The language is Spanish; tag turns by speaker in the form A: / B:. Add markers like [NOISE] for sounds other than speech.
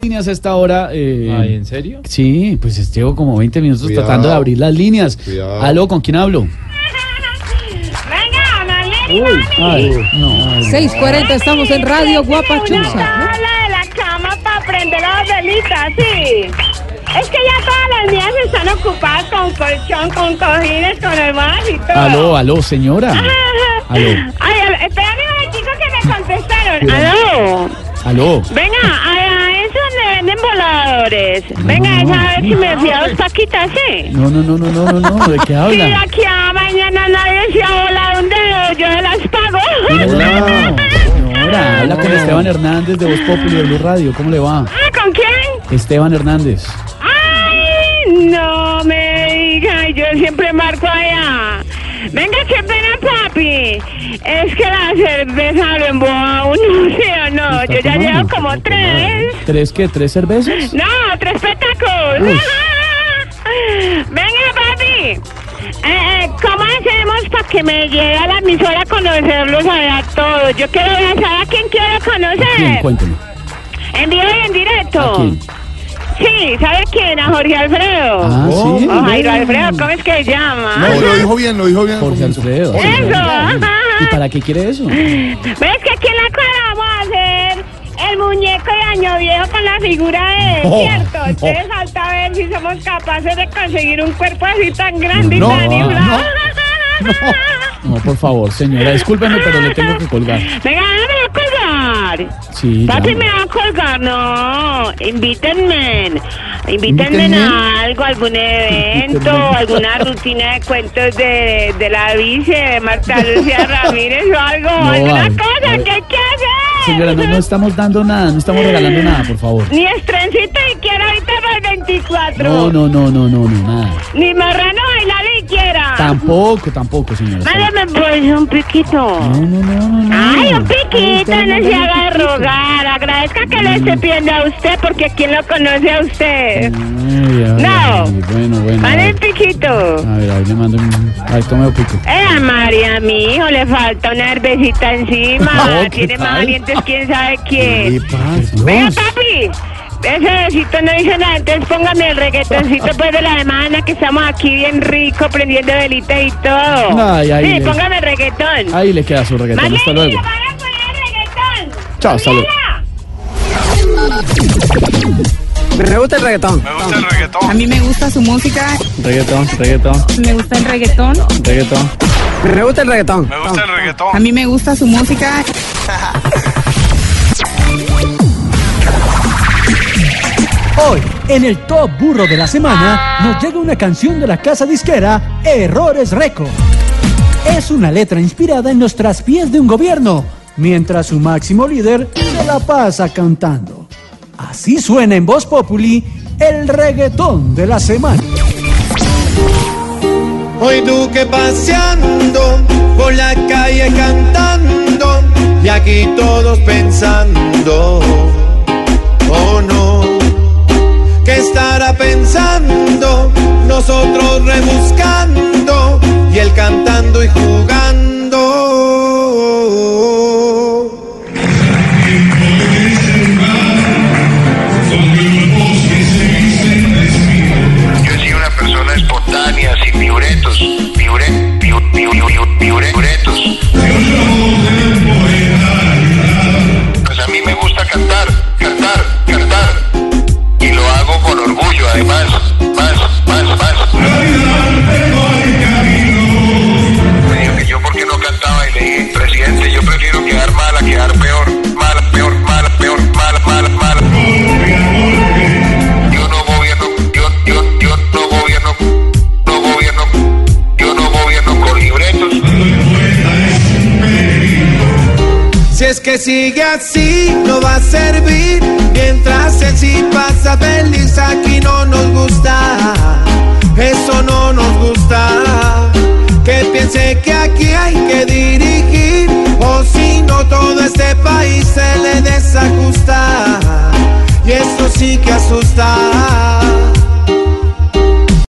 A: líneas a esta hora. eh,
B: Ay, ¿en serio?
A: Sí, pues llevo como 20 minutos
C: Cuidado.
A: tratando de abrir las líneas.
C: Cuidado.
A: Aló, ¿con quién hablo?
D: Venga, Ana Leli, mami.
A: Ay, no.
E: 6.40, estamos en
D: Présteme
E: Radio
D: Una
E: Guapachusa.
D: tabla de la cama para prender las velitas, sí. Es que ya todas las mías están ocupadas con colchón, con cojines, con almohadas y todo.
A: Aló, aló, señora.
D: Ajá.
A: Aló.
D: Ay, al- espérame un momentico que me contestaron. Aló.
A: Aló.
D: Venga, a a eso donde venden voladores. Venga, esa vez que me fui a dos paquitas, sí.
A: No, no, no, no, no, no, no, ¿de qué
D: Sí,
A: habla?
D: aquí a mañana nadie se ha volado un dedo, yo me las pago.
A: No, señora, habla con Esteban Hernández de Voz Populi de Blue Radio. ¿Cómo le va?
D: Ah, ¿Con quién?
A: Esteban Hernández.
D: ¡Ay! No me diga, yo siempre marco allá. Venga, qué pena, papi. Es que la cerveza lo emboba a uno, [LAUGHS] ¿sí o no?
A: ¿Está
D: Yo ya
A: tomando?
D: llevo como tres.
A: ¿Tres qué? ¿Tres cervezas?
D: No, tres petacos.
A: Uy.
D: [LAUGHS] Venga, papi. Eh, eh, ¿Cómo hacemos para que me lleve a la emisora a conocerlos allá a todos? Yo quiero saber a quién quiero
A: Bien,
D: conocer.
A: cuéntame.
D: En vivo y en directo.
A: ¿A quién?
D: Sí, ¿sabe quién? A Jorge Alfredo.
A: Ah,
C: Oh.
A: sí.
D: O Jairo Alfredo, ¿cómo es que se llama?
C: No, lo dijo bien, lo dijo bien.
A: Jorge Alfredo.
D: Eso, ajá.
A: ¿Y para qué quiere eso?
D: [LAUGHS] ¿Ves que aquí en la cuadra vamos a hacer el muñeco de Año Viejo con la figura de él,
A: No,
D: ¿cierto?
A: no.
D: Entonces falta ver si somos capaces de conseguir un cuerpo así tan grande
A: No,
D: y tan inflado. [LAUGHS]
A: No, por favor, señora, discúlpeme, pero le tengo que colgar.
D: Venga, no me va a colgar.
A: Sí, ya.
D: Papi me va a colgar, no. Invítenme. Invítenme a algo, algún evento,
A: Invítenme.
D: alguna rutina de cuentos de, de la vice, de Marta
A: [LAUGHS]
D: Lucía Ramírez o algo,
A: No,
D: alguna
A: vale,
D: cosa
A: vale.
D: que hay que hacer.
A: Señora, no, no estamos dando nada, no estamos regalando nada, por favor.
D: Ni estrencito y quiera ahorita para el 24.
A: No, no, no, no, no, no, nada.
D: Ni marrano bailar y quiera.
A: Tampoco, tampoco, señora.
D: Mándame pues un piquito.
A: No, no, no, no, no.
D: Ay, un piquito, no se haga de rogar. Agradezca que
A: Mm.
D: le esté pidiendo a usted, porque ¿quién lo conoce a usted?
A: Ay, ay,
D: No.
A: ay, Bueno, bueno. A
D: Vale
A: ver,
D: el piquito.
A: a ver, ahí le mando un. Ahí tome un pico.
D: Eh, a María, mi hijo, le falta una herbecita encima.
A: [LAUGHS] No, ¿qué
D: Tiene más
A: tal? pues.
D: dientes, quién sabe quién.
A: pasa?
D: Venga, papi. Ese besito no dice nada, entonces póngame el reggaetoncito pues de la semana que estamos aquí bien rico, prendiendo velita y todo.
A: Ay, ay,
D: sí,
A: ay.
D: póngame el reggaetón.
A: Ahí le queda su reggaetón. Hasta luego.
D: a poner el reggaetón.
A: Chao, hasta luego.
F: Me gusta el reggaetón.
E: A mí me gusta su música,
B: Reggaetón, reggaetón,
E: me gusta el reggaetón.
B: reggaetón.
F: Me gusta el reggaetón.
E: A mí me gusta su música.
G: Hoy, en el Top Burro de la Semana, nos llega una canción de la casa disquera Errores Record. Es una letra inspirada en los traspiés de un gobierno, mientras su máximo líder se la pasa cantando. Así suena en Voz Populi el reggaetón de la semana.
H: Hoy Duque paseando por la calle cantando y aquí todos pensando, oh no, ¿qué estará pensando? Nosotros rebuscando y él cantando y jugando.
I: Yo soy una persona espontánea, sin piuretos, piure, piu, piu, piu, piure- piuretos. Pues a mí me gusta cantar, cantar, cantar. Y lo hago con orgullo, además. Más, más, más. Me dijo que yo porque no cantaba y le dije, presidente, yo prefiero quedar mal a quedar peor, mal, peor, mal, peor, mal, mal, mal. Yo no gobierno, yo, yo, yo no gobierno, no gobierno, yo no gobierno con libretos.
H: Si es que sigue así, no va a servir. Mientras él sí pasa feliz, aquí no nos gusta. Eso no nos gusta. este